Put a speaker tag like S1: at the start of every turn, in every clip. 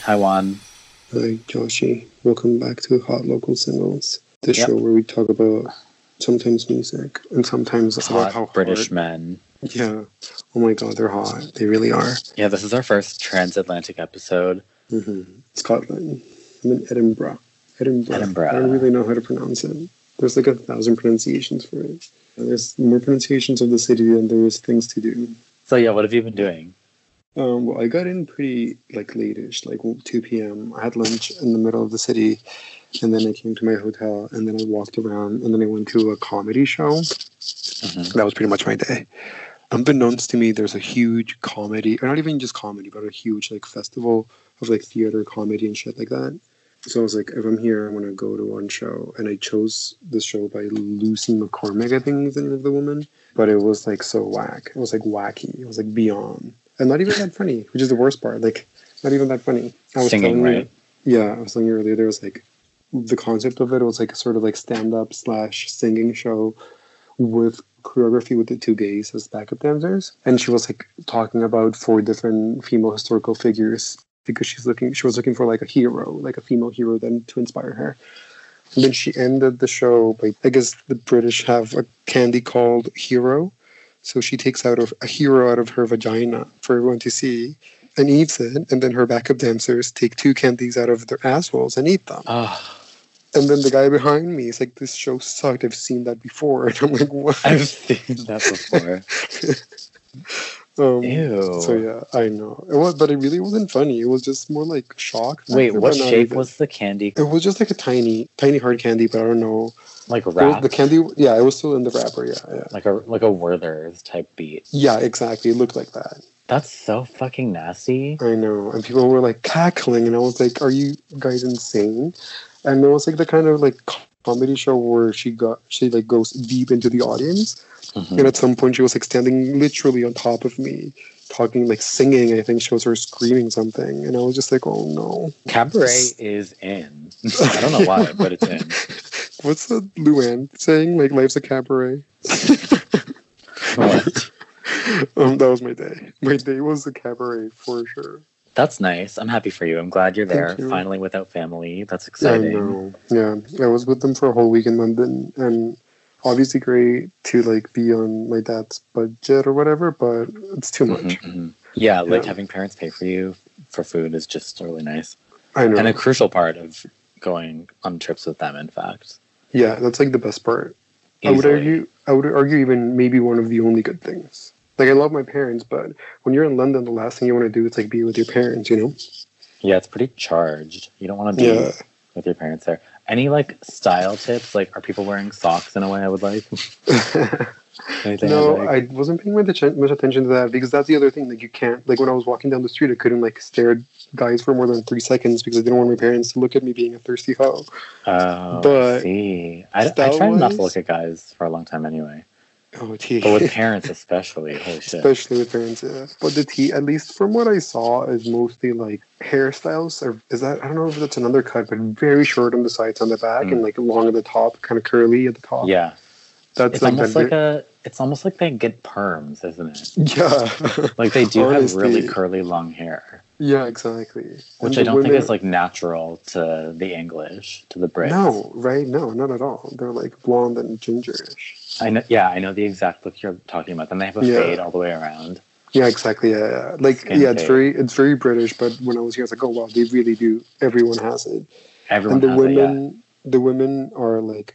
S1: Taiwan.
S2: Hi, Joshi. Welcome back to Hot Local Singles, the
S1: Yep.
S2: show where we talk about sometimes music and sometimes about
S1: hot
S2: how
S1: British
S2: hard-
S1: men.
S2: Yeah. Oh my God, they're hot. They really are.
S1: Yeah, this is our first transatlantic episode. Mm-hmm.
S2: hmm Scotland. I'm in Edinburgh. Edinburgh.
S1: Edinburgh.
S2: I don't really know how to pronounce it. There's like a thousand pronunciations for it. And There's more pronunciations of the city than there is things to do.
S1: So yeah, what have you been doing?
S2: Um, well, I got in pretty like late-ish, like 2 p.m. I had lunch in the middle of the city, and then I came to my hotel, and then I walked around, and then I went to a comedy show.
S1: Mhm.
S2: That was pretty much my day. Unbeknownst to me, there's a huge comedy, or not even just comedy, but a huge like festival of like theater, comedy, and shit like that. So I was like, if I'm here, I'm gonna go to one show, and I chose the show by Lucy McCormick, I think is the name of the woman. But it was like so whack. It was like wacky. It was like beyond, and not even that funny, which is the worst part. Like, not even that funny. I was
S1: Singing,
S2: telling you-
S1: right?
S2: yeah, I was telling you earlier. There was like the concept of it was like sort of like stand up slash singing show with choreography with the two gays as backup dancers, and she was like talking about four different female historical figures because she's looking. She was looking for like a hero, like a female hero, then to inspire her. And then she ended the show by I guess the British have a candy called Hero, so she takes out of a hero out of her vagina for everyone to see and eats it, and then her backup dancers take two candies out of their assholes and eat them.
S1: Oh,
S2: And then the guy behind me is like, "This show sucked. I've seen that before." And I'm like, "What?"
S1: I've seen that before.
S2: Um,
S1: Ew.
S2: So yeah, I know it was, but it really wasn't funny. It was just more like shock.
S1: Wait,
S2: factor,
S1: what
S2: but not
S1: shape
S2: even-
S1: was the candy?
S2: It was just like a tiny, tiny hard candy, but I don't know.
S1: Like
S2: It was-
S1: wrap,
S2: The candy, yeah, it was still in the wrapper. Yeah, yeah,
S1: like a like a Werther's type beat.
S2: yeah, exactly. It looked like that.
S1: That's so fucking nasty.
S2: I know. And people were like cackling, and I was like, "Are you guys insane?" And it was like the kind of like comedy show where she got she like goes deep into the audience,
S1: Mhm.
S2: and at some point she was like standing literally on top of me, talking like singing. and I think she was her screaming something, and I was just like, "Oh no,
S1: Cabaret is in. I don't know why, but it's in.
S2: what's the Luann saying? Like life's a cabaret."
S1: What?
S2: um, that was my day. My day was a cabaret for sure.
S1: That's nice. I'm happy for you. I'm glad you're there.
S2: Thank you.
S1: Finally, without family. That's
S2: I
S1: exciting.
S2: know. Yeah, I was with them for a whole week in London, and obviously great to like be on my dad's budget or whatever, but it's too much.
S1: Mhm, mhm. Yeah, like
S2: Yeah.
S1: having parents pay for you for food is just really nice
S2: I know.
S1: and a crucial part of going on trips with them. In fact,
S2: yeah, that's like the best part. I Oh, would
S1: Easily.
S2: argue. I would argue even maybe one of the only good things. Like I love my parents, but when you're in London, the last thing you want to do is like be with your parents. You know?
S1: Yeah, it's pretty charged. You don't want to be
S2: Yeah.
S1: with your parents there. Any like style tips? Like, are people wearing socks in a way I would like? Anything
S2: no,
S1: I would like?
S2: I wasn't paying much atten- much attention to that because that's the other thing. Like you can't. Like when I was walking down the street, I couldn't like stare at guys for more than three seconds because I didn't want my parents to look at me being a thirsty hoe.
S1: Oh,
S2: but
S1: I see, I, I try
S2: style-wise-
S1: not to look at guys for a long time anyway,
S2: Oh, tea.
S1: but with parents especially. Holy shit!
S2: Especially with parents, yeah. But the tea, at least from what I saw, is mostly like hairstyles. Or is that I don't know if that's an undercut, but very short on the sides, on the back,
S1: Mm.
S2: and like long at the top, kind of curly at the top.
S1: yeah,
S2: that's
S1: it's
S2: like,
S1: almost
S2: that
S1: like a. It's almost like they get perms, isn't it?
S2: yeah,
S1: Like they do have
S2: Honestly.
S1: really curly long hair,
S2: yeah, exactly.
S1: which
S2: And
S1: I
S2: the
S1: don't think
S2: women-
S1: is like natural to the English, to the Brits.
S2: No, right? No, not at all. They're like blonde and gingerish.
S1: I know. Yeah, I know the exact look you're talking about. Then they have a
S2: Yeah.
S1: fade all the way around.
S2: Yeah, exactly. Yeah, yeah. like
S1: Skin
S2: yeah, it's
S1: fade.
S2: very it's very British. But when I was here, I was like, oh wow, they really do. Everyone has it.
S1: Everyone
S2: and the
S1: has it, yeah.
S2: women the women are like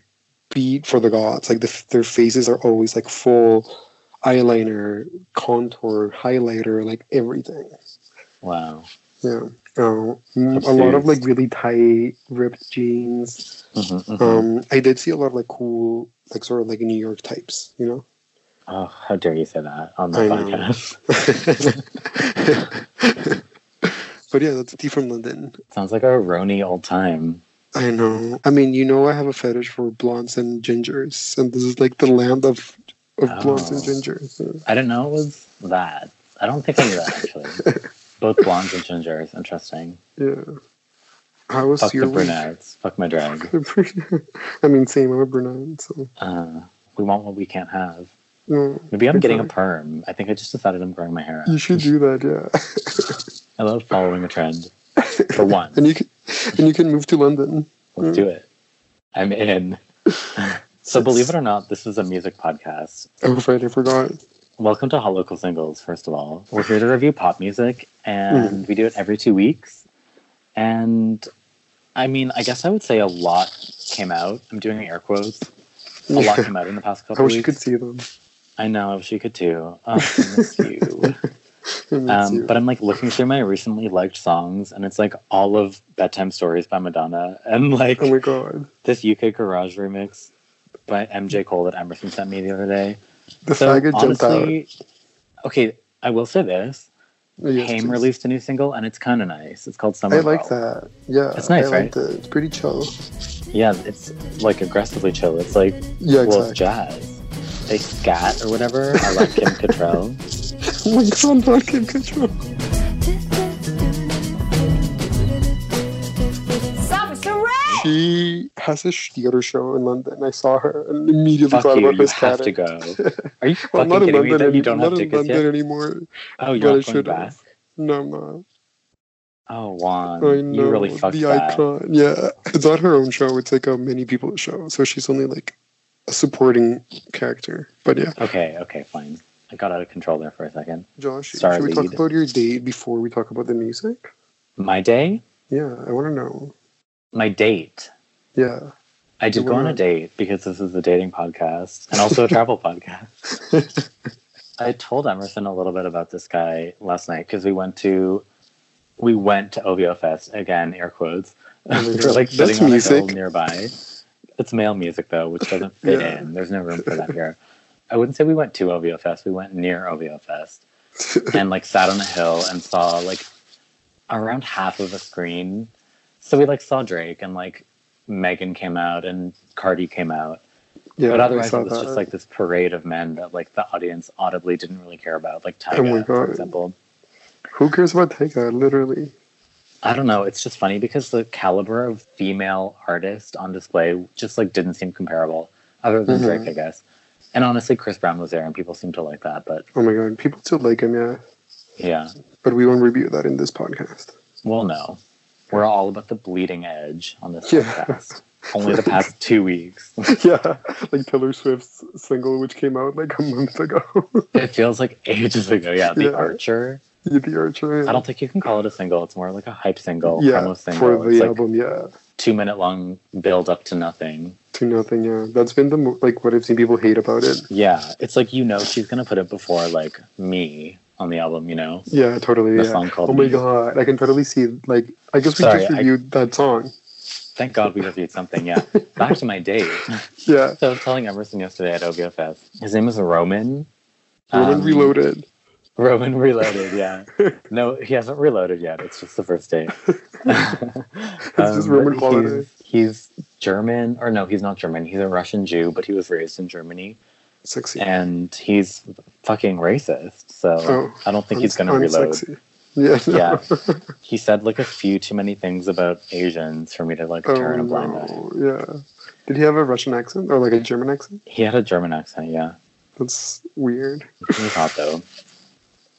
S2: beat for the gods like the, their faces are always like full eyeliner contour highlighter like everything
S1: Wow.
S2: yeah um, a lot of like really tight ripped jeans
S1: Mhm, mhm.
S2: um i did see a lot of like cool like sort of like new york types you know
S1: oh, how dare you say that on the
S2: I know.
S1: podcast?
S2: but yeah that's tea from london
S1: Sounds like a Rony old time.
S2: I know. I mean, you know, I have a fetish for blondes and gingers, and this is like the land of of blondes and
S1: Oh.
S2: gingers. so-
S1: I didn't know it was that. I don't think I knew that actually. Both blondes and gingers. Interesting.
S2: Yeah. How was
S1: Fuck
S2: your
S1: the brunettes. Fuck my drag.
S2: brunette? I mean, same. I'm a brunette, so
S1: Uh, we want what we can't have.
S2: no.
S1: Maybe I'm getting a
S2: Exactly. Mm.
S1: perm. I think I just decided I'm growing my hair out.
S2: You should do that. Yeah.
S1: I love following a trend. For one.
S2: and you can and you can move to London.
S1: Let's
S2: Mm.
S1: do it. I'm in. so believe it or not, this is a music podcast.
S2: I'm afraid Oh, I forgot.
S1: Welcome to Hot Local Singles, first of all. We're here to review pop music and
S2: Mm.
S1: we do it every two weeks. And I mean, I guess I would say a lot came out. I'm doing air quotes. A lot came out in the past
S2: I
S1: couple
S2: wish you
S1: weeks.
S2: could see them.
S1: I know, I wish you could too. Oh, I miss you.
S2: I miss
S1: Um,
S2: you.
S1: but I'm like looking through my recently liked songs, and it's like all of Bedtime Stories by Madonna, and like
S2: oh my god,
S1: this UK Garage remix by MJ Cole that Emerson sent me the other day.
S2: the
S1: So
S2: faggot jumped out.
S1: honestly, okay, I will say this:
S2: Yes,
S1: Haim
S2: please.
S1: released a new single, and it's kind of nice. It's called Summer.
S2: I like
S1: Girl.
S2: that. Yeah,
S1: That's nice,
S2: I
S1: right?
S2: liked it. It's pretty chill.
S1: Yeah, it's like aggressively chill. It's like
S2: Yeah,
S1: well, it's
S2: exactly.
S1: jazz. They scat or whatever. I like Kim Cattrall.
S2: Oh my god, fucking control. She has a sh- theater show in London. I saw her and immediately
S1: Fuck
S2: thought
S1: you.
S2: about
S1: You
S2: this
S1: have
S2: cat.
S1: to go. Are you
S2: Well,
S1: fucking
S2: I'm not in
S1: kidding me?
S2: London,
S1: That you
S2: any-
S1: don't
S2: not
S1: have
S2: in
S1: tickets
S2: London
S1: yet?
S2: anymore.
S1: Oh,
S2: but I
S1: you're not going
S2: should
S1: back.
S2: have. No, no.
S1: Oh, Juan,
S2: I know.
S1: you really fucked
S2: the
S1: that.
S2: icon. Yeah, it's not her own show. It's like a many people show. So she's only like a supporting character. But yeah,
S1: Okay, okay, fine. I got out of control there for a second.
S2: Josh,
S1: Star
S2: should we talk
S1: lead.
S2: about your date before we talk about the music?
S1: My day,
S2: Yeah, I want to know.
S1: my date.
S2: Yeah.
S1: I did
S2: You
S1: go on a
S2: wanna-
S1: date because this is a dating podcast and also a travel podcast. I told Emerson a little bit about this guy last night because we went to we went to OVO Fest again, air quotes.
S2: Oh my
S1: we were
S2: God.
S1: like
S2: That's
S1: sitting on a hill
S2: music.
S1: nearby. It's male music though, which doesn't fit
S2: Yeah.
S1: in. There's no room for that here. I wouldn't say we went to OVO Fest. We went near OVO Fest. and like sat on a hill and saw like around half of a screen. So we like saw Drake and like Megan came out and Cardi came out.
S2: yeah,
S1: but
S2: I
S1: otherwise
S2: saw
S1: it was
S2: that.
S1: just like this parade of men that like the audience audibly didn't really care about, like Tyga,
S2: Oh my
S1: for
S2: God.
S1: example.
S2: Who cares about Taika? Literally.
S1: I don't know, it's just funny because the caliber of female artist on display just like didn't seem comparable, other than
S2: Mhm.
S1: Drake, I guess. And honestly, Chris Brown was there and people seemed to like that, but
S2: Oh my god, people still like him, yeah.
S1: yeah.
S2: But we won't review that in this podcast.
S1: Well, no. We're all about the bleeding edge on this
S2: Yeah.
S1: podcast. Only the past two weeks.
S2: yeah, like Taylor Swift's single, which came out like a month ago.
S1: It feels like ages ago. Yeah, The
S2: Yeah.
S1: Archer.
S2: the Archer. yeah.
S1: I don't think you can call it a single. It's more like a hype single,
S2: yeah,
S1: promo single.
S2: for the
S1: it's like
S2: album, yeah.
S1: two minute long build up to nothing.
S2: To nothing, yeah. That's been the mo- like what I've seen people hate about it.
S1: Yeah, it's like you know she's gonna put it before like me on the album. You know,
S2: Yeah, totally.
S1: The
S2: yeah.
S1: song called
S2: oh my
S1: Me.
S2: god, I can totally see. Like, I guess we
S1: Sorry,
S2: just
S1: I-
S2: reviewed that song.
S1: thank God we reviewed something. Yeah, back to my date.
S2: Yeah,
S1: So I was telling Emerson yesterday at OVO Fest. His name is Roman.
S2: Roman
S1: Um,
S2: Reloaded.
S1: Roman Reloaded, yeah. No, he hasn't reloaded yet. It's just the first date.
S2: just Roman
S1: but
S2: holiday.
S1: He's, he's German, or no, he's not German. He's a Russian Jew, but he was raised in Germany,
S2: Sexy.
S1: and he's fucking racist. So
S2: Oh,
S1: I don't think he's
S2: Un-
S1: gonna reload.
S2: unsexy. Yeah. no.
S1: Yeah, he said like a few too many things about Asians for me to like turn a blind eye.
S2: Oh, yeah. Did he have a Russian accent or like a German accent?
S1: He had a German accent. Yeah,
S2: That's weird.
S1: he's hot though.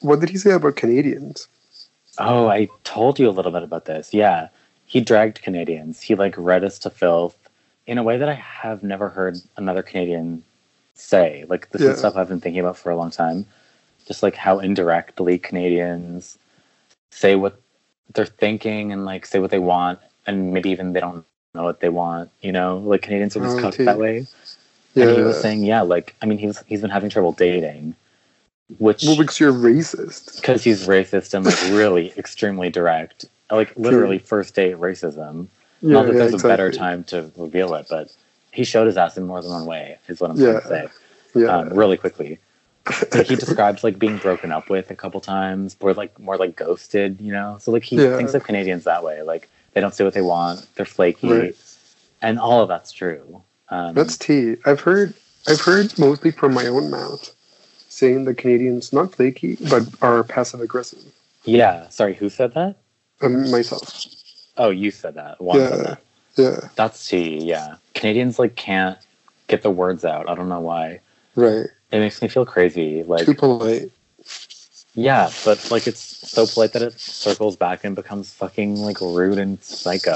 S2: What did he say about Canadians?
S1: Oh, I told you a little bit about this. Yeah. He dragged Canadians. He like read us to filth in a way that I have never heard another Canadian say. Like this
S2: Yeah.
S1: is stuff I've been thinking about for a long time. Just like how indirectly Canadians say what they're thinking and like say what they want and maybe even they don't know what they want, you know? Like Canadians are just
S2: Oh,
S1: cooked
S2: too.
S1: that way.
S2: Yeah.
S1: And he was saying, yeah, like I mean he was he's been having trouble dating. Which
S2: well, because you're racist.
S1: because he's racist and like really extremely direct like literally first date racism
S2: Yeah,
S1: not that
S2: yeah,
S1: there's
S2: exactly.
S1: a better time to reveal it but he showed his ass in more than one way is what i'm trying to
S2: Yeah.
S1: say
S2: Yeah.
S1: um, really quickly Like, he describes like being broken up with a couple times or like more like ghosted you know so like he
S2: Yeah.
S1: thinks of canadians that way like they don't say what they want they're flaky
S2: Right.
S1: and all of that's true um,
S2: That's tea. I've heard I've heard mostly from my own mouth saying that Canadians not flaky but are passive aggressive.
S1: yeah sorry who said that
S2: Um, myself.
S1: oh you said that Juan said
S2: Yeah.
S1: that
S2: Yeah.
S1: That's tea, yeah. Canadians like can't get the words out. I don't know why.
S2: Right.
S1: It makes me feel crazy. Like
S2: Too polite.
S1: Yeah, but like it's so polite that it circles back and becomes fucking like rude and psycho.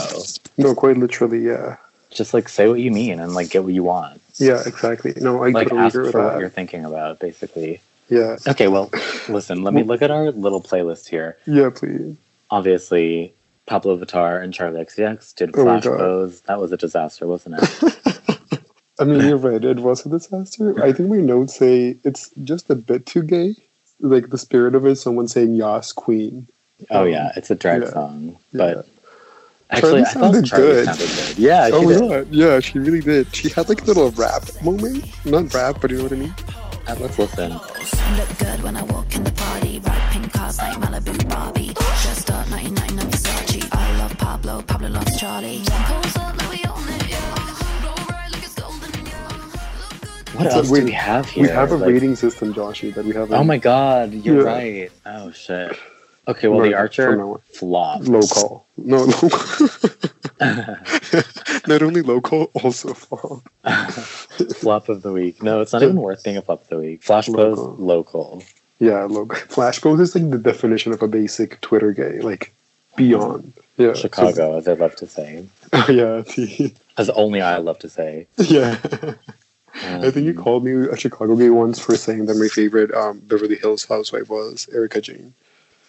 S2: No, quite literally, yeah.
S1: Just like say what you mean and like get what you want.
S2: Yeah, exactly. No, I
S1: like
S2: totally
S1: ask
S2: agree
S1: for
S2: with
S1: what you're
S2: that.
S1: thinking about, basically.
S2: Yeah.
S1: Okay, well, listen, let me look at our little playlist here.
S2: Yeah, please.
S1: Obviously, Pablo Vittar and Charlie XCX did
S2: Oh my
S1: Flash
S2: God.
S1: Pose. That was a disaster, wasn't it?
S2: I mean, you're right. It was a disaster. I think my notes say it's just a bit too gay. Like the spirit of it, someone saying "Yas Queen."
S1: oh yeah, it's a drag
S2: Um, Yeah.
S1: song.
S2: Yeah.
S1: But actually,
S2: Charlie
S1: I thought
S2: sounded
S1: Charlie
S2: good.
S1: sounded good. Yeah, she
S2: oh
S1: did.
S2: yeah, yeah, she really did. She had like a little rap moment, not rap, but you know what I mean.
S1: Uh, Let's listen.
S3: Look good when I walk in the party. Ride pink cars like Malibu Barbie. Dressed up 99 and Versace. I love Pablo, Pablo loves Charlie. Pulls up like we own it, yeah. Roll right like it's golden, yeah. Look good.
S1: What
S2: So
S1: else
S2: wait,
S1: do we have here?
S2: we have a
S1: Like,
S2: rating system, Joshy, that we have.
S1: Oh my god, you're
S2: Yeah.
S1: right. Oh shit. Okay, well, the
S2: Right,
S1: Archer
S2: from now on.
S1: flopped.
S2: low call. No, low not only low call, also fall.
S1: flop of the week. No, it's not even worth being a flop of the week. Flash pose
S2: Local.
S1: local.
S2: Yeah, low. Flash pose is like the definition of a basic Twitter gay, like beyond. Yeah, so-
S1: Chicago, as I love to say.
S2: Oh, yeah, T.
S1: As only I love to say.
S2: yeah.
S1: Um,
S2: I think you called me a Chicago gay once for saying that my favorite um, Beverly Hills housewife was Erica Jane.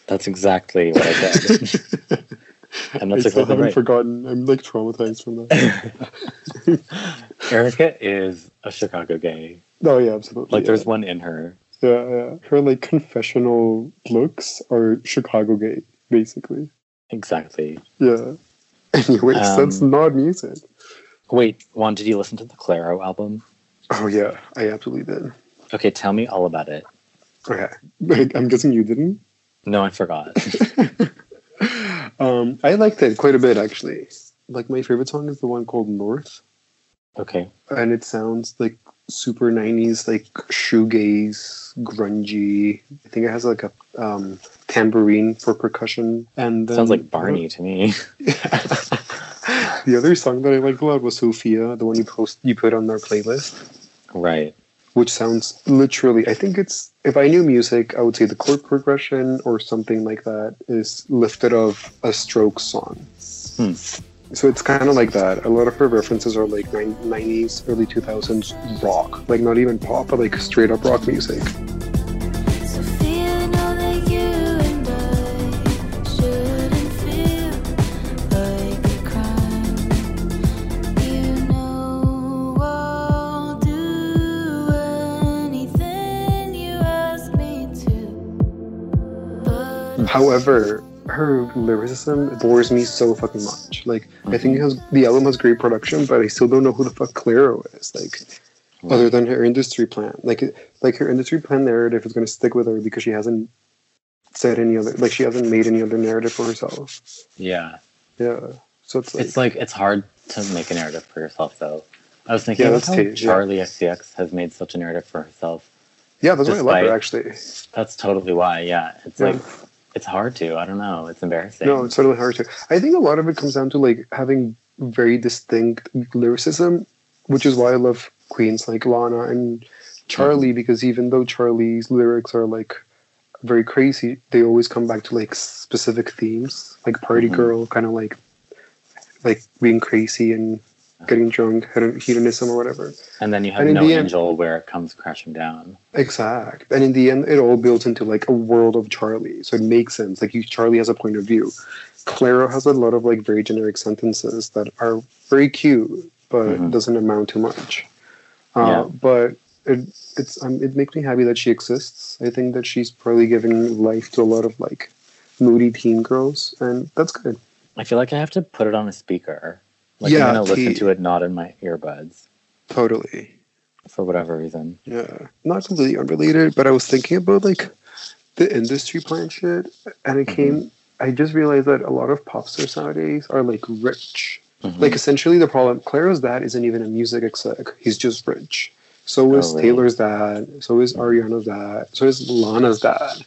S1: That's exactly what I said. and that's
S2: I
S1: exactly
S2: still haven't
S1: right.
S2: forgotten. I'm like traumatized from that.
S1: Erica is a Chicago gay.
S2: oh yeah, absolutely.
S1: Like,
S2: yeah.
S1: there's one in her.
S2: Yeah, yeah. Her like confessional looks are Chicago gay, basically.
S1: Exactly.
S2: Yeah. Anyways, that's
S1: Um,
S2: not music.
S1: Wait, Juan, did you listen to the Claro album?
S2: Oh yeah, I absolutely did.
S1: Okay, tell me all about it.
S2: Okay. Like, I'm guessing you didn't.
S1: No, I forgot.
S2: Um, I liked it quite a bit actually. Like my favorite song is the one called North,
S1: okay.
S2: and it sounds like super '90s, like shoegaze, grungy. I think it has like a um, tambourine for percussion, and then,
S1: Sounds like Barney to me.
S2: the other song that I liked a lot was Sophia, the one you post you put on our playlist,
S1: right.
S2: which sounds literally. I think it's if I knew music, I would say the chord progression or something like that is lifted of a Strokes song.
S1: Hmm.
S2: So it's kind of like that. A lot of her references are like nine- 90s, early 2000s rock, like not even pop, but like straight up rock music.
S3: So feeling all that you and I shouldn't feel like a crime. You know I'll do anything you ask me to. But
S2: However, her lyricism bores me so fucking much. Like, I think it has, the album has great production, but I still don't know who the fuck Claro is. Like, other than her industry plan, like, it- like her industry plan narrative is going to stick with her because she hasn't said any other, like, she hasn't made any other narrative for herself.
S1: Yeah.
S2: Yeah. So it's like,
S1: It's like it's hard to make a narrative for yourself though. I was thinking
S2: Yeah,
S1: about
S2: that's
S1: how
S2: true, yeah.
S1: Charlie SCX has made such a narrative for herself.
S2: yeah, that's why I love her
S1: despite-
S2: actually.
S1: That's totally why, yeah. It's
S2: Yeah.
S1: like it's hard to. I don't know. It's embarrassing.
S2: No, it's totally hard to. I think a lot of it comes down to like having very distinct lyricism, which is why I love queens like Lana and Charlie because even though Charlie's lyrics are like very crazy, they always come back to like specific themes, like party
S1: Mhm.
S2: girl, kind of like like being crazy and getting drunk, hedon- hedonism or whatever.
S1: and then you have
S2: and in
S1: No
S2: the end-
S1: Angel where it comes crashing down.
S2: Exact. And in the end, it all builds into like a world of Charlie. So it makes sense. Like you, Charlie has a point of view. Clara has a lot of like very generic sentences that are very cute, but
S1: Mhm.
S2: doesn't amount to much.
S1: Yeah.
S2: Uh, But it it's um, it makes me happy that she exists. I think that she's probably giving life to a lot of like moody teen girls, and that's good.
S1: I feel like I have to put it on a speaker. Like
S2: Yeah,
S1: I'm gonna listen
S2: Pete.
S1: to it not in my earbuds
S2: Totally.
S1: for whatever reason.
S2: Yeah, not completely unrelated, but I was thinking about like the industry plan shit, and
S1: Mm-hmm.
S2: it came. I just realized that a lot of pop stars nowadays are like rich.
S1: Mhm.
S2: Like essentially, the problem Claro's dad isn't even a music exec; he's just rich. So
S1: Oh, really?
S2: is
S1: Mm-hmm.
S2: Taylor's dad. So is Ariana's dad. So is Lana's dad.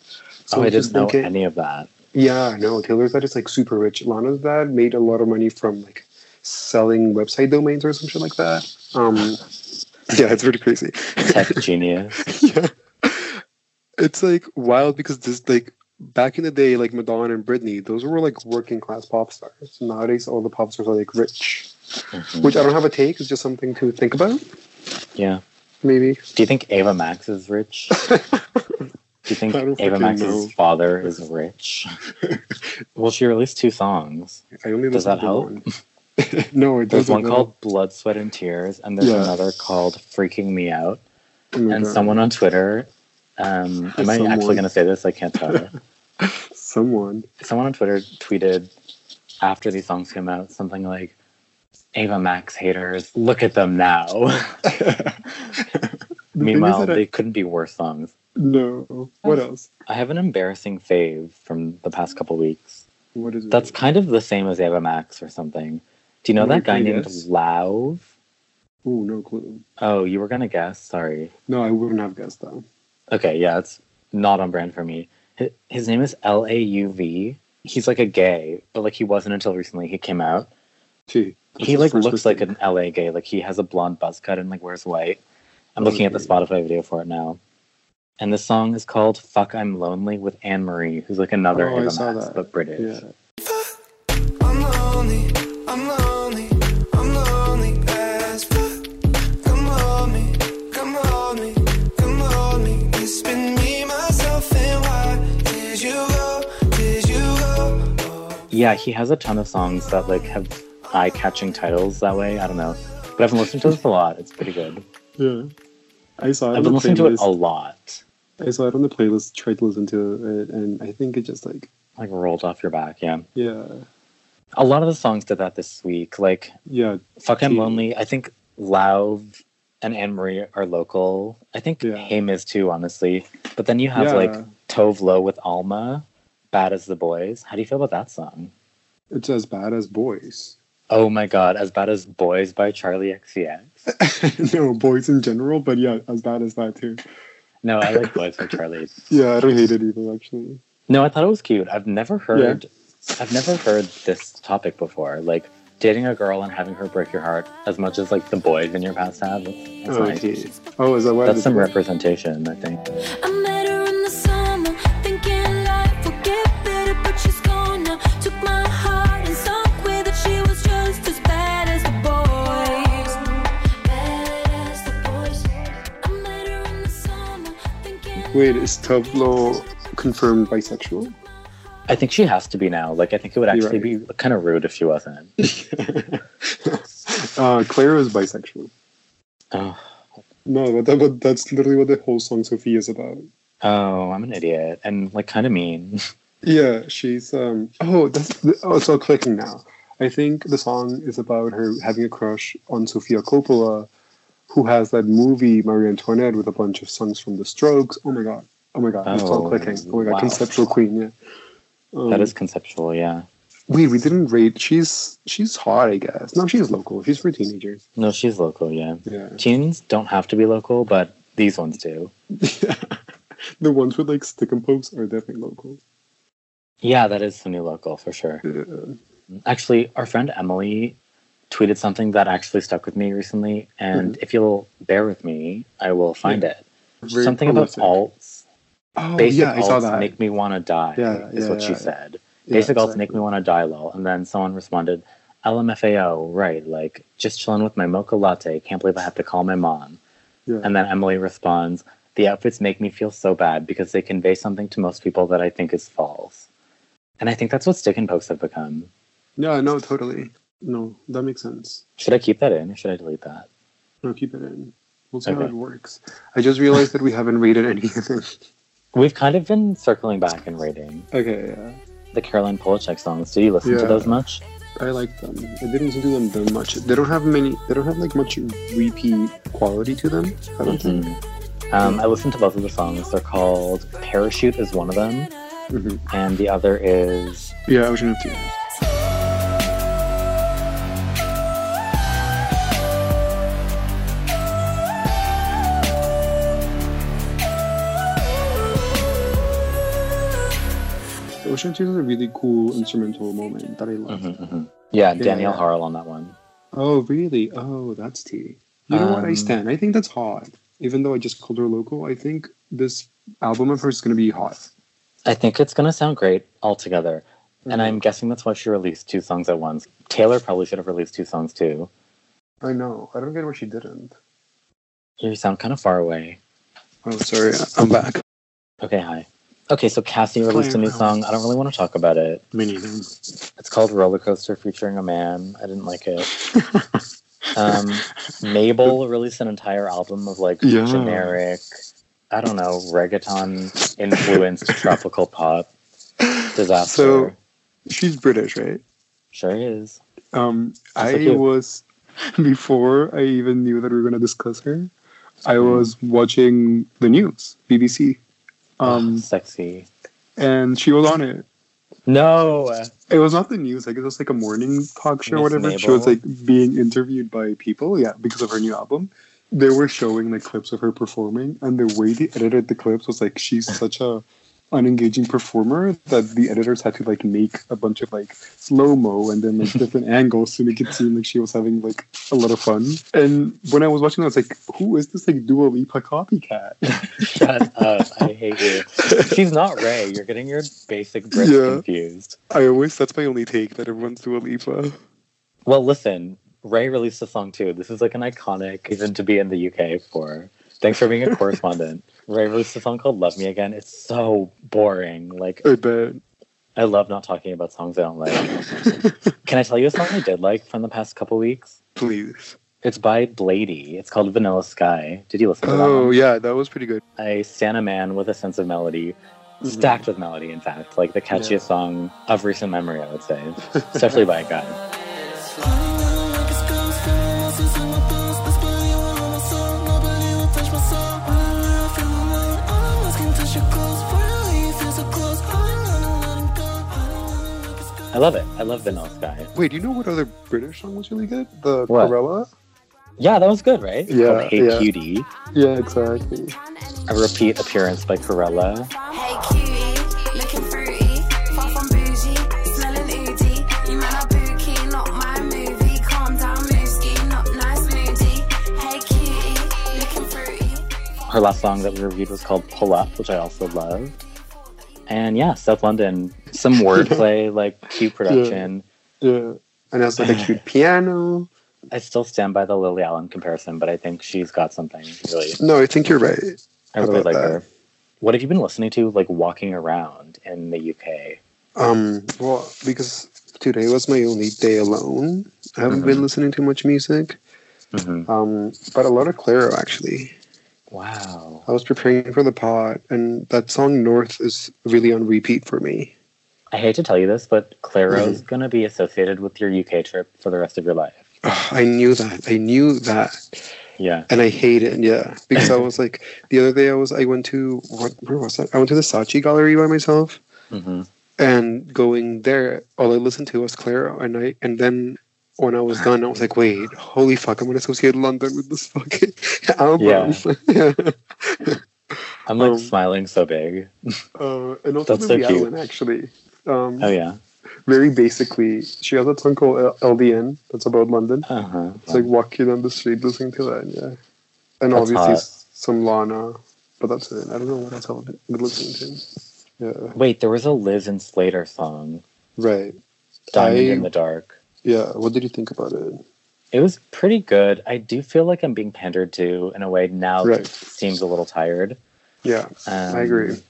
S2: So
S1: oh, I
S2: I'm just
S1: didn't know
S2: thinking-
S1: any of that.
S2: yeah, no, Taylor's dad is like super rich. Lana's dad made a lot of money from like selling website domains or some shit like that. Um, yeah, it's really crazy.
S1: Tech genius.
S2: yeah. it's like wild because this like back in the day, like Madonna and Britney, those were like working class pop stars. Nowadays, all the pop stars are like rich,
S1: Mhm.
S2: which I don't have a take. It's just something to think about,
S1: Yeah.
S2: maybe.
S1: Do you think Ava Max is rich? Do you think
S2: I don't
S1: Ava
S2: fucking
S1: Max's
S2: know.
S1: father is rich? well, she released two songs.
S2: I only
S1: Does
S2: listen
S1: that
S2: to
S1: help?
S2: one. no, it
S1: There's
S2: doesn't.
S1: one
S2: no.
S1: called Blood, Sweat, and Tears, and there's
S2: Yeah.
S1: another called Freaking Me Out.
S2: Oh my
S1: and
S2: God.
S1: someone on Twitter, um, am I
S2: Someone.
S1: actually going to say this? I can't tell.
S2: someone.
S1: someone on Twitter tweeted after these songs came out something like, Ava Max haters, look at them now.
S2: The thing is
S1: Meanwhile,
S2: that I-
S1: they couldn't be worse songs.
S2: no. What else?
S1: I have an embarrassing fave from the past couple weeks.
S2: What is it?
S1: That's kind of the same as Ava Max or something. Do you know
S2: Can you
S1: that guy named
S2: guess?
S1: Lauv?
S2: Ooh, no clue.
S1: Oh, you were gonna guess. Sorry.
S2: No, I wouldn't have guessed that.
S1: Okay, yeah, it's not on brand for me. Hi- His name is L A U V. He's like a gay, but like he wasn't until recently he came out.
S2: Gee, that's
S1: He
S2: the
S1: like
S2: first
S1: looks like
S2: mistake.
S1: an LA gay. Like he has a blonde buzz cut and like wears white. I'm
S2: Oh,
S1: looking at the
S2: okay.
S1: Spotify video for it now. And the song is called Fuck I'm Lonely with Anne Marie, who's like another
S2: Oh, I
S1: Ava
S2: saw
S1: Max,
S2: that.
S1: but British.
S2: Yeah.
S4: I'm lonely, I'm lonely, I'm lonely as fuck. Come hold me, come hold me, come hold me. It's been me, myself, and why did you go? Did you go?
S1: Yeah, he has a ton of songs that like have eye-catching titles that way. I don't know, but I've been listening to this a lot. It's pretty good.
S2: Yeah. I saw it
S1: I've
S2: on
S1: been
S2: the
S1: listening to it
S2: playlist.
S1: a lot.
S2: I saw it on the playlist, tried to listen to it, and I think it just like,
S1: Like rolled off your back. Yeah,
S2: yeah,
S1: a lot of the songs did that this week. Like
S2: yeah,
S1: "Fuck I'm
S2: Gee.
S1: Lonely." I think Lauv and Anne Marie are local. I think
S2: Yeah.
S1: Haim is too, honestly. But then you have
S2: yeah.
S1: like Tove Lo with Alma, "Bad as the Boys." How do you feel about that song?
S2: It's as bad as boys.
S1: Oh my God, as bad as "Boys" by Charlie XCX.
S2: no, boys in general, but yeah, as bad as that too.
S1: No, I like "Boys" by Charlie.
S2: Yeah, I don't hate it either, actually.
S1: No, I thought it was cute. I've never heard I've never heard this topic before. Like dating a girl and having her break your heart as much as like the boys in your past have. That's, that's nice.
S2: Okay. Oh, is that why?
S1: That's some representation, I think.
S3: I met her in the summer, thinking life would get better, but she's gone now. Took my heart and sunk with it. She was just as bad as the boys. Bad as the boys. I met her in the summer, thinking.
S2: Wait, is Tableau confirmed bisexual?
S1: I think she has to be now. Like I think it would
S2: You're
S1: actually be kind of rude if she wasn't.
S2: Uh, Clara is bisexual.
S1: oh,
S2: No, but, that, but that's literally what the whole song Sophie is about.
S1: oh, I'm an idiot and like kind of mean.
S2: Yeah, she's um. Oh, that's oh, it's all clicking now. I think the song is about her having a crush on Sofia Coppola, who has that movie Marie Antoinette with a bunch of songs from The Strokes. Oh my god! Oh my god! It's all
S1: Oh,
S2: clicking. Oh my god!
S1: wow.
S2: Conceptual queen. Yeah. Um,
S1: that is conceptual, yeah.
S2: Wait, we didn't rate. She's she's hot, I guess. No, she's local. She's for teenagers.
S1: No, she's local, yeah.
S2: Yeah.
S1: Teens don't have to be local, but these ones do.
S2: The ones with like stick and pokes are definitely local.
S1: Yeah, that is the new local for sure.
S2: Yeah.
S1: Actually, our friend Emily tweeted something that actually stuck with me recently, and if you'll bear with me, I will find
S2: Mm-hmm. Yeah.
S1: it. something about
S2: prolific.
S1: alts.
S2: Oh
S1: Basic
S2: yeah, I saw
S1: alts
S2: that.
S1: make me want to die.
S2: Yeah,
S1: is
S2: yeah,
S1: what she
S2: yeah.
S1: said.
S2: Yeah,
S1: Basic alts
S2: exactly.
S1: make me want to die, lol. And then someone responded, "LMFAO, right? Like just chilling with my mocha latte. Can't believe I have to call my mom."
S2: Yeah.
S1: And then Emily responds, "The outfits make me feel so bad because they convey something to most people that I think is false." And I think that's what stick and pokes have become.
S2: Yeah, no, totally. No, that makes sense.
S1: Should I keep that in or should I delete that?
S2: No, keep it in. We'll see how
S1: Okay.
S2: it works. I just realized that we haven't rated anything.
S1: We've kind of been circling back and rating
S2: okay, yeah.
S1: the Caroline Polachek songs. Did you listen to
S2: Yeah.
S1: those much?
S2: I like them. I didn't listen to them that much. They don't have many. They don't have like much repeat quality to them. I don't think.
S1: Um, I listened to both of the songs. They're called Parachute is one of them,
S2: Mhm.
S1: and the other is
S2: Yeah, Ocean of Tears. Ocean of Tears is a really cool instrumental moment that I love.
S1: mm-hmm, yeah, Danielle
S2: yeah.
S1: Harl on that one.
S2: Oh, really? Oh, that's tea. You know what? I
S1: Um,
S2: stand. I think that's hot. Even though I just called her local, I think this album of hers is going to be hot.
S1: I think it's going to sound great altogether.
S2: Mm-hmm.
S1: And I'm guessing that's why she released two songs at once. Taylor probably should have released two songs too.
S2: I know. I don't get why she didn't.
S1: You sound kind of far away.
S2: Oh, sorry. I'm back.
S1: Okay, hi. Okay, so Cassie released a new song. I don't really want to talk about it.
S2: Me neither.
S1: It's called Roller Coaster featuring a man. I didn't like it. Um, Mabel released an entire album of like
S2: Yeah.
S1: generic, I don't know, reggaeton influenced tropical pop disaster.
S2: So- She's British, right?
S1: sure is.
S2: Um, I
S1: like you.
S2: was before I even knew that we were going to discuss her. I
S1: Hmm.
S2: was watching the news, BBC, um,
S1: Ah. Sexy.
S2: and she was on it.
S1: No.
S2: It was not the news. I guess it was like a morning talk show, or
S1: Miss
S2: whatever. She was
S1: Mabel.
S2: like being interviewed by people, yeah, because of her new album. They were showing like clips of her performing, and the way they edited the clips was like she's such a unengaging performer that the editors had to like make a bunch of like slow mo and then like different angles to make it seem like she was having like a lot of fun. And when I was watching, that, I was like, "Who is this like Dua Lipa copycat?"
S1: Shut up. I hate you. She's not Ray. You're getting your basic Brit
S2: Yeah.
S1: confused.
S2: I always that's my only take that everyone's Dua Lipa.
S1: Well, listen, Ray released a song too. This is like an iconic even to be in the UK for. Thanks for being a correspondent. Ray released a song called Love Me Again. It's so boring. Like,
S2: I bet.
S1: I love not talking about songs I don't like. Can I tell you a song I did like from the past couple weeks?
S2: Please.
S1: It's by Blady. It's called Vanilla Sky. Did you listen to that?
S2: Oh
S1: one?
S2: yeah, that was pretty good.
S1: I stand a man with a sense of melody, stacked with melody, in fact, like the catchiest
S2: Yeah.
S1: song of recent memory, I would say, especially by a guy. I love it. I love Vanilla Sky.
S2: Wait, do you know what other British song was really good? The
S1: What?
S2: Corella?
S1: Yeah, that was good, right? It's
S2: Yeah,
S1: called Hey
S2: yeah.
S1: Cutie,
S2: Yeah, exactly.
S1: a repeat appearance by Corella.
S3: Hey cutie, looking fruity, far from bougie, smelling oody. You man are bookie, not my movie. Calm down, moosey, not nice moody. Hey cutie, looking fruity.
S1: Her last song that we reviewed was called Pull Up, which I also love. And yeah, South London, some wordplay, like cute production.
S2: Yeah. And that's like a cute piano.
S1: I still stand by the Lily Allen comparison, but I think she's got something really.
S2: No, I think you're right.
S1: I really
S2: about
S1: like
S2: that?
S1: her. What have you been listening to, like walking around in the UK?
S2: Um, well, because today was my only day alone. I haven't
S1: Mhm.
S2: been listening to much music.
S1: Mm-hmm.
S2: Um, but a lot of Clairo actually.
S1: Wow.
S2: I was preparing for the pod and that song North is really on repeat for me.
S1: I hate to tell you this, but Claro's
S2: Mm-hmm.
S1: going to be associated with your UK trip for the rest of your life.
S2: Ugh, I knew that. I knew that.
S1: Yeah.
S2: and I hate it. Yeah, because I was like the other day I was I went to what where was that? I went to the Saatchi Gallery by myself,
S1: hmm
S2: and going there, all I listened to was Clairo, and I and then when I was done, I was like, wait, holy fuck, I'm gonna associate London with this fucking album. Yeah.
S1: I'm like
S2: Um,
S1: smiling so big.
S2: uh, and also
S1: That's
S2: Lily
S1: so cute.
S2: Allen actually. Um,
S1: Oh, yeah.
S2: Very basically, she has a song called L- LDN that's about London.
S1: Uh huh.
S2: It's like walking down the street listening to that, yeah. And
S1: That's
S2: obviously
S1: hot.
S2: some Lana, but that's it. I don't know what else I've been listening to. Yeah,
S1: Wait, there was a Liz and Slater song,
S2: right.
S1: Diamond
S2: I-
S1: in the Dark.
S2: Yeah, what did you think about it?
S1: It was pretty good. I do feel like I'm being pandered to in a way now that
S2: Right.
S1: it seems a little tired.
S2: Yeah,
S1: Um,
S2: I agree.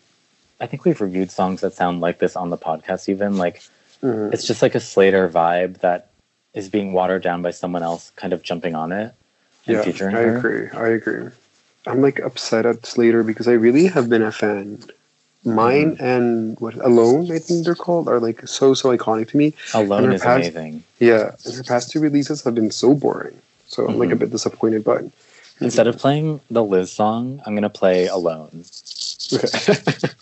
S1: I think we've reviewed songs that sound like this on the podcast, even. Like,
S2: Mhm.
S1: it's just like a Slater vibe that is being watered down by someone else kind of jumping on it and
S2: Yeah,
S1: featuring
S2: I
S1: her.
S2: agree. I agree. I'm like upset at Slater because I really have been a fan.
S1: Mm-hmm.
S2: Mine and what Alone, I think they're called, are like so so iconic to me.
S1: Alone
S2: And
S1: is
S2: her past-
S1: amazing.
S2: Yeah, and her past two releases have been so boring. So I'm like a
S1: Mhm.
S2: bit disappointed, but
S1: Instead of playing the Liz song, I'm gonna play Alone.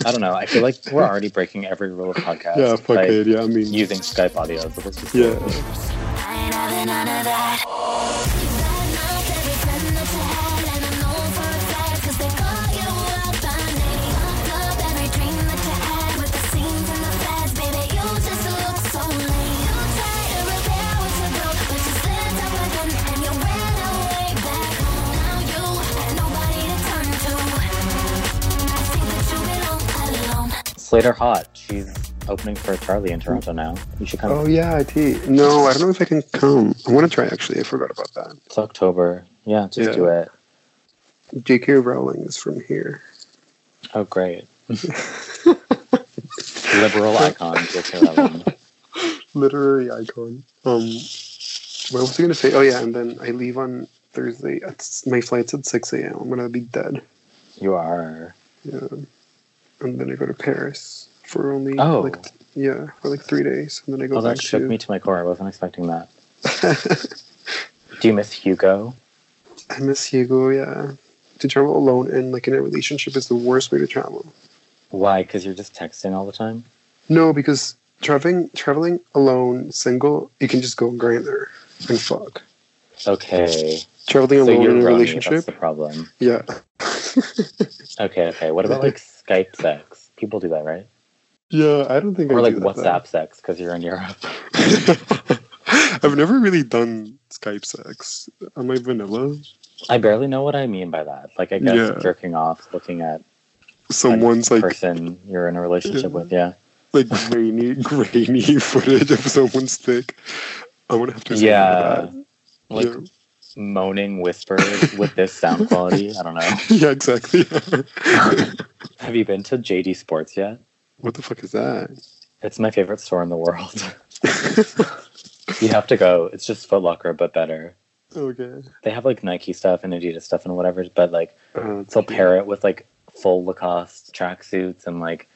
S1: I don't know. I feel like we're already breaking every rule of podcast
S2: yeah, fuck
S1: by
S2: it. Yeah, I mean,
S1: using Skype audio. So let's just-
S2: yeah.
S3: I ain't having none of that. You better not get it done that you had, and I know for a fact, 'cause they call you up and they fucked up every dream that you had with the scenes and the fads. Baby, you just look so lame. You try to repair what you broke, but you slipped up again, and you ran away back home. Now you had nobody to turn to. I think that you
S1: Slater Hot. She's opening for Charlie in Toronto now. You should come.
S5: Oh yeah, IT. No, I don't know if I can come. I want to try actually. I forgot about that.
S1: It's October. Yeah, just
S5: Yeah.
S1: do it.
S5: J.K. Rowling is from here.
S1: Oh, great. Liberal icon, J.K. Rowling.
S5: Literary icon. Um, what was I gonna say? Oh yeah, and then I leave on Thursday. It's, my flight's at six a.m. I'm gonna be dead.
S1: You are.
S5: Yeah, and then I go to Paris for only
S1: Oh.
S5: like th- yeah for like three days, and then I go
S1: Oh,
S5: back
S1: that shook
S5: to.
S1: me to my core. I wasn't expecting that. Do you miss Hugo?
S5: I miss Hugo. Yeah, to travel alone and like in a relationship is the worst way to travel.
S1: Why? Because you're just texting all the time?
S5: No, because traveling traveling alone, single, you can just go grander and fuck.
S1: Okay.
S5: Traveling
S1: So
S5: alone
S1: you're
S5: in a
S1: lonely,
S5: relationship,
S1: That's the problem.
S5: yeah.
S1: Okay, okay. What about like Skype sex? People do that, right?
S5: Yeah, I don't think.
S1: Or
S5: I'd
S1: like
S5: do that,
S1: WhatsApp sex because you're in Europe.
S5: though. I've never really done Skype sex. Am I vanilla?
S1: I barely know what I mean by that. Like, I guess
S5: Yeah.
S1: jerking off, looking at
S5: Someone's
S1: the
S5: like
S1: person you're in a relationship
S5: Yeah.
S1: with. Yeah.
S5: like grainy, grainy footage of someone's dick. I'm gonna have to. say
S1: Yeah.
S5: no
S1: Like
S5: to that.
S1: moaning whispers with this sound quality. I don't know.
S5: yeah. yeah, exactly.
S1: Have you been to JD Sports yet?
S5: what the fuck is that?
S1: It's my favorite store in the world. you have to go. It's just Foot Locker, but better.
S5: okay.
S1: They have like Nike stuff and Adidas stuff and whatever, but like
S5: Uh,
S1: they'll pair it with like full Lacoste tracksuits and like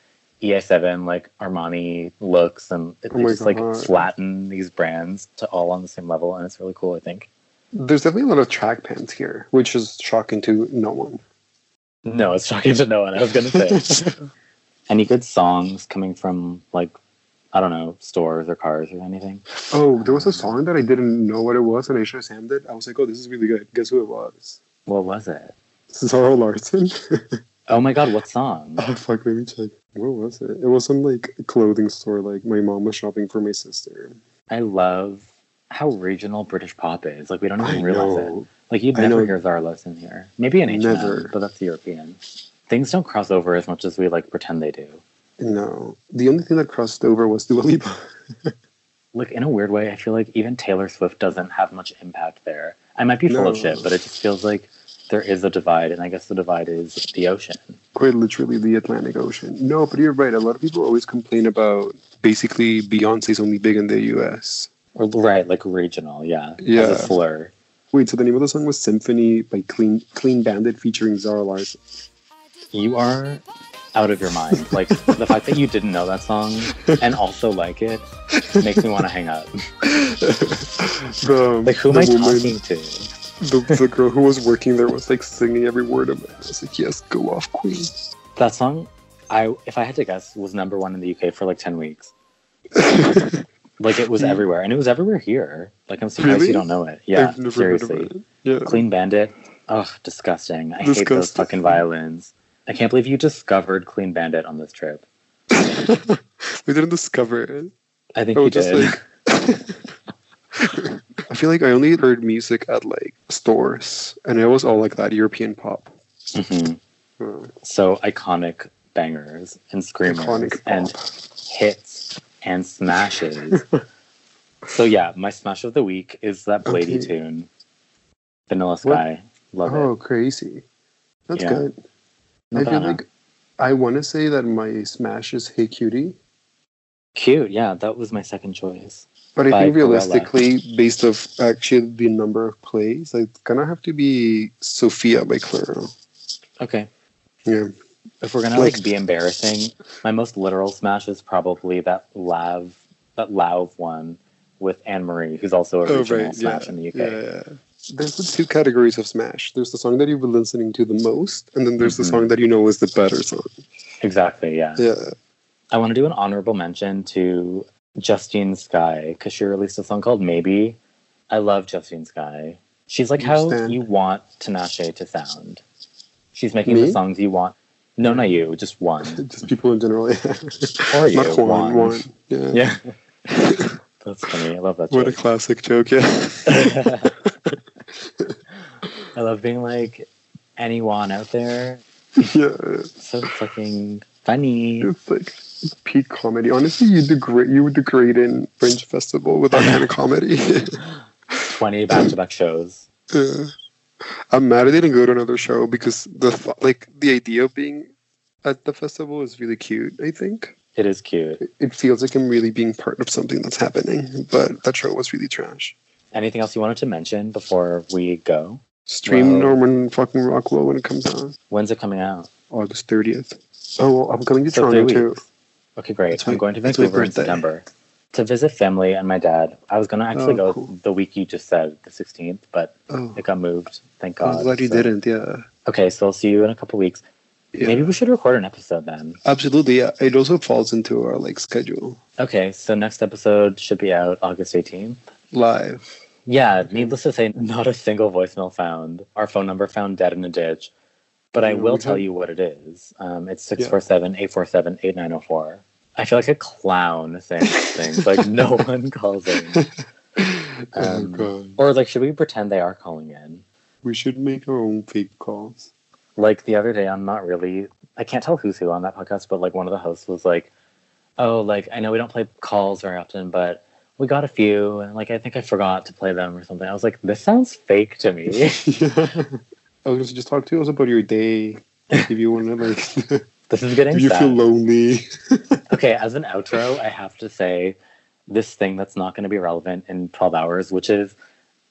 S1: EI7 like Armani looks and it,
S5: Oh
S1: they
S5: my
S1: just like
S5: God.
S1: flatten these brands to all on the same level and it's really cool. I think.
S5: There's definitely a lot of track pants here, which is shocking to no one.
S1: No, it's talking to no one. I was gonna say. Any good songs coming from like I don't know stores or cars or anything?
S5: oh, there was a song that I didn't know what it was, and I should have sammed it. I was like, oh, this is really good. Guess who it was?
S1: What was it?
S5: Zara Larson.
S1: Oh my god, what song?
S5: oh, fuck, let me check. Where was it? It was some like clothing store. Like my mom was shopping for my sister.
S1: I love how regional British pop is. Like we don't
S5: I
S1: even realize it.
S5: know.
S1: Like you'd
S5: I
S1: never
S5: know.
S1: hear Zara Larson here. Maybe in H&M,
S5: Never.
S1: but that's European. Things don't cross over as much as we like pretend they do.
S5: No, the only thing that crossed over was Dua Lipa.
S1: Like in a weird way, I feel like even Taylor Swift doesn't have much impact there. I might be full of
S5: No.
S1: shit, but it just feels like there is a divide, and I guess the divide is the ocean.
S5: Quite literally, the Atlantic Ocean. No, but you're right. A lot of people always complain about basically Beyonce's only big in the U.S.
S1: Right, like regional, yeah.
S5: Yeah.
S1: As a slur.
S5: Wait, so the name of the song was Symphony by Clean Clean Bandit featuring Zara Larson.
S1: You are out of your mind. Like the fact that you didn't know that song and also like it makes me want to hang up.
S5: the,
S1: Like who am
S5: the
S1: I
S5: woman-
S1: talking to?
S5: The, the girl who was working there was like singing every word of it. I was like, yes, go off, queen.
S1: That song, I if I had to guess, was number one in the UK for like ten weeks. like it was everywhere, and it was everywhere here. Like I'm surprised
S5: Really?
S1: you don't know it. Yeah,
S5: I've never heard of
S1: seriously.
S5: it. Yeah.
S1: Clean Bandit. Ugh, disgusting. I hate those
S5: Disgusting.
S1: fucking violins. I can't believe you discovered Clean Bandit on this trip.
S5: we didn't discover it.
S1: I think
S5: I
S1: you
S5: was just
S1: did.
S5: like. I feel like I only heard music at like stores, and it was all like that European pop.
S1: Mhm.
S5: Uh,
S1: So iconic bangers and screamers
S5: Iconic
S1: and
S5: pop.
S1: hits and smashes. so yeah, my smash of the week is that Blady
S5: Okay.
S1: tune, Vanilla Sky. Love
S5: Oh,
S1: it.
S5: crazy! That's
S1: Yeah.
S5: good. I feel
S1: Madonna.
S5: like I want to say that my smash is "Hey Cutie,"
S1: Cute. Yeah, that was my second choice.
S5: but I
S1: By
S5: think
S1: Cruella.
S5: realistically, based of actually the number of plays, it's gonna have to be "Sophia" by Clairo.
S1: Okay.
S5: Yeah,
S1: If we're gonna
S5: Like-
S1: like, be embarrassing, my most literal smash is probably that lav that lauv one with Anne Marie, who's also a regional smash in the UK.
S5: Oh, yeah. There's the two categories of Smash. There's the song that you've been listening to the most, and then there's the
S1: Mhm.
S5: song that you know is the better song.
S1: Exactly, yeah.
S5: Yeah.
S1: I want to do an honorable mention to Justine Sky because she released a song called Maybe. I love Justine Sky. She's like how
S5: Understand.
S1: you want Tinashe to sound. She's making
S5: Me?
S1: the songs you want. No, not you, just one.
S5: Just people in general. Yeah.
S1: Or you,
S5: Not Juan, Juan. Yeah.
S1: Yeah. That's funny. I love that.
S5: What a
S1: joke.
S5: classic joke, yeah.
S1: I love being like anyone out there.
S5: yeah.
S1: So fucking funny.
S5: It's like peak comedy. Honestly, you do great. You would do great in Fringe Festival with that kind of comedy.
S1: Twenty back-to-back shows.
S5: Yeah. I'm mad I didn't go to another show because the th- like the idea of being at the festival is really cute. I think
S1: It is cute.
S5: it feels like I'm really being part of something that's happening. But that show was really trash.
S1: Anything else you wanted to mention before we go?
S5: Stream
S1: Wow.
S5: Norman fucking Rockwell when it comes out
S1: When's it coming out?
S5: August 30th. Oh well, I'm coming to
S1: So
S5: Toronto
S1: three
S5: too.
S1: weeks. Okay, great.
S5: That's
S1: I'm
S5: my-
S1: going to
S5: that's my
S1: Vancouver in
S5: birthday.
S1: September to visit family and my dad. I was going to actually go
S5: Oh, cool.
S1: the week you just said, the 16th, but
S5: Oh,
S1: it got moved. Thank God.
S5: I'm glad you
S1: So-
S5: didn't. Yeah.
S1: Okay, so I'll see you in a couple weeks.
S5: yeah.
S1: Maybe we should record an episode then.
S5: Absolutely, yeah. It also falls into our like schedule
S1: Okay, so next episode should be out August 18th.
S5: live.
S1: Yeah, needless to say, not a single voicemail found. Our phone number found dead in a ditch. But I
S5: Yeah,
S1: will
S5: we
S1: tell
S5: had-
S1: you what it is. Um, it's
S5: Yeah.
S1: 647 847 8904. I feel like a clown saying these things. Like, no one calls in.
S5: oh
S1: Um,
S5: god,
S1: Or, like, should we pretend they are calling in?
S5: we should make our own fake calls.
S1: Like, the other day, I'm not really, I can't tell who's who on that podcast, but, like, one of the hosts was like, oh, like, I know we don't play calls very often, but we got a few. And, like, I think I forgot to play them or something. I was like, this sounds fake to me.
S5: yeah. I was just talk to us about your day. If you want to, like,
S1: this is getting
S5: if you
S1: sad.
S5: feel lonely,
S1: Okay, as an outro, I have to say this thing that's not going to be relevant in 12 hours, which is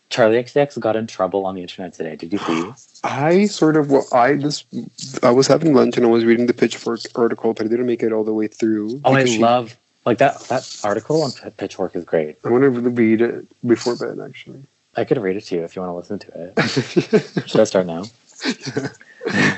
S1: Charlie XCX got in trouble on the internet today. Did you see?
S5: I sort of well, I just I was having lunch and I was reading the Pitchfork article, but I didn't make it all the way through.
S1: Oh, I
S5: because she-
S1: love like that that article on Pit- Pitchfork is great.
S5: I want to read it before bed, actually.
S1: I could read it to you if you want to listen to it. Should I start now?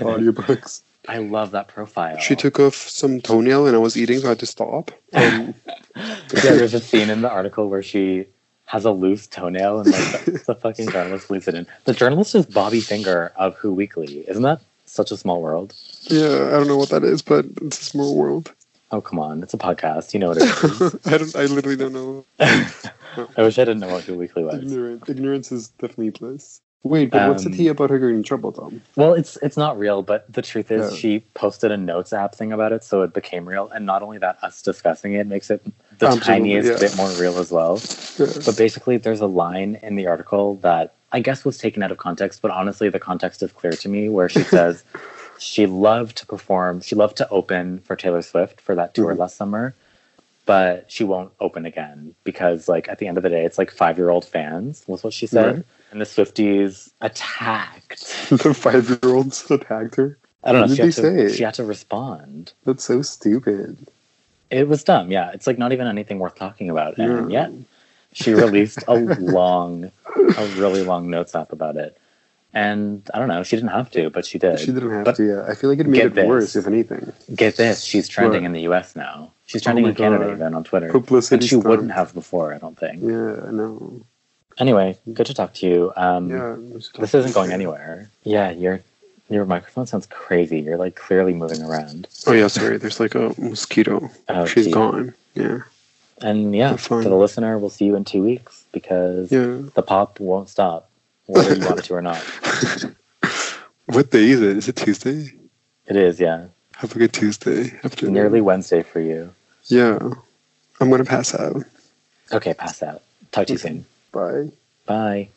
S5: Audiobooks.
S1: I love that profile.
S5: She took off some toenail and I was eating, so I had to stop. Um,
S1: Yeah, there's a scene in the article where she has a loose toenail and like the, the fucking journalist leaves it in. The journalist is Bobby Finger of Who Weekly. Isn't that such a small world?
S5: yeah, I don't know what that is, but it's a small world.
S1: Oh come on, it's a podcast. You know what it is.
S5: I don't. I literally don't know.
S1: I wish I didn't know what Who Weekly was.
S5: Ignorant. Ignorance is definitely bliss. Wait, but what's the
S1: Um,
S5: tea about her getting in trouble, Tom?
S1: Well, it's it's not real, but the truth is
S5: Yeah.
S1: she posted a notes app thing about it, so it became real. And not only that, us discussing it makes it the
S5: Absolutely,
S1: tiniest
S5: yeah.
S1: bit more real as well. But basically, there's a line in the article that I guess was taken out of context, but honestly, the context is clear to me, where she says she loved to perform, she loved to open for Taylor Swift for that tour
S5: Mhm.
S1: last summer, but she won't open again because, like, at the end of the day, it's like five year old fans, was what she said.
S5: Right.
S1: And the Swifties attacked.
S5: the five-year-olds attacked her.
S1: I don't know.
S5: What
S1: She
S5: did
S1: had,
S5: they
S1: to,
S5: say?
S1: she had to respond.
S5: That's so stupid.
S1: It was dumb. Yeah. It's like not even anything worth talking about. And
S5: Yeah.
S1: yet she released a long, a really long notes app about it. And I don't know. She didn't have to, but she did.
S5: She didn't have
S1: But
S5: to. Yeah, I feel like it made
S1: get
S5: it
S1: this.
S5: worse, if anything.
S1: Get this. She's trending
S5: What?
S1: in the US now. She's trending
S5: Oh my
S1: in Canada
S5: God.
S1: even on Twitter.
S5: Publicity.
S1: and she
S5: stunt.
S1: wouldn't have before, I don't think.
S5: Yeah, I know.
S1: Anyway, good to talk to you. Um,
S5: Yeah, I'm just-
S1: This isn't going anywhere. Yeah, your your microphone sounds crazy. You're like clearly moving around.
S5: Oh yeah, sorry. There's like a mosquito.
S1: Oh,
S5: She's
S1: gee.
S5: gone. Yeah,
S1: And yeah,
S5: You're fine.
S1: to the listener, we'll see you in two weeks because
S5: yeah.
S1: the pop won't stop, whether you want it to or not.
S5: What day is it? Is it Tuesday?
S1: It is, yeah.
S5: Have a good Tuesday afternoon.
S1: Nearly Wednesday for you.
S5: Yeah, I'm gonna pass out.
S1: Okay, pass out. Talk to you soon.
S5: Bye.
S1: Bye.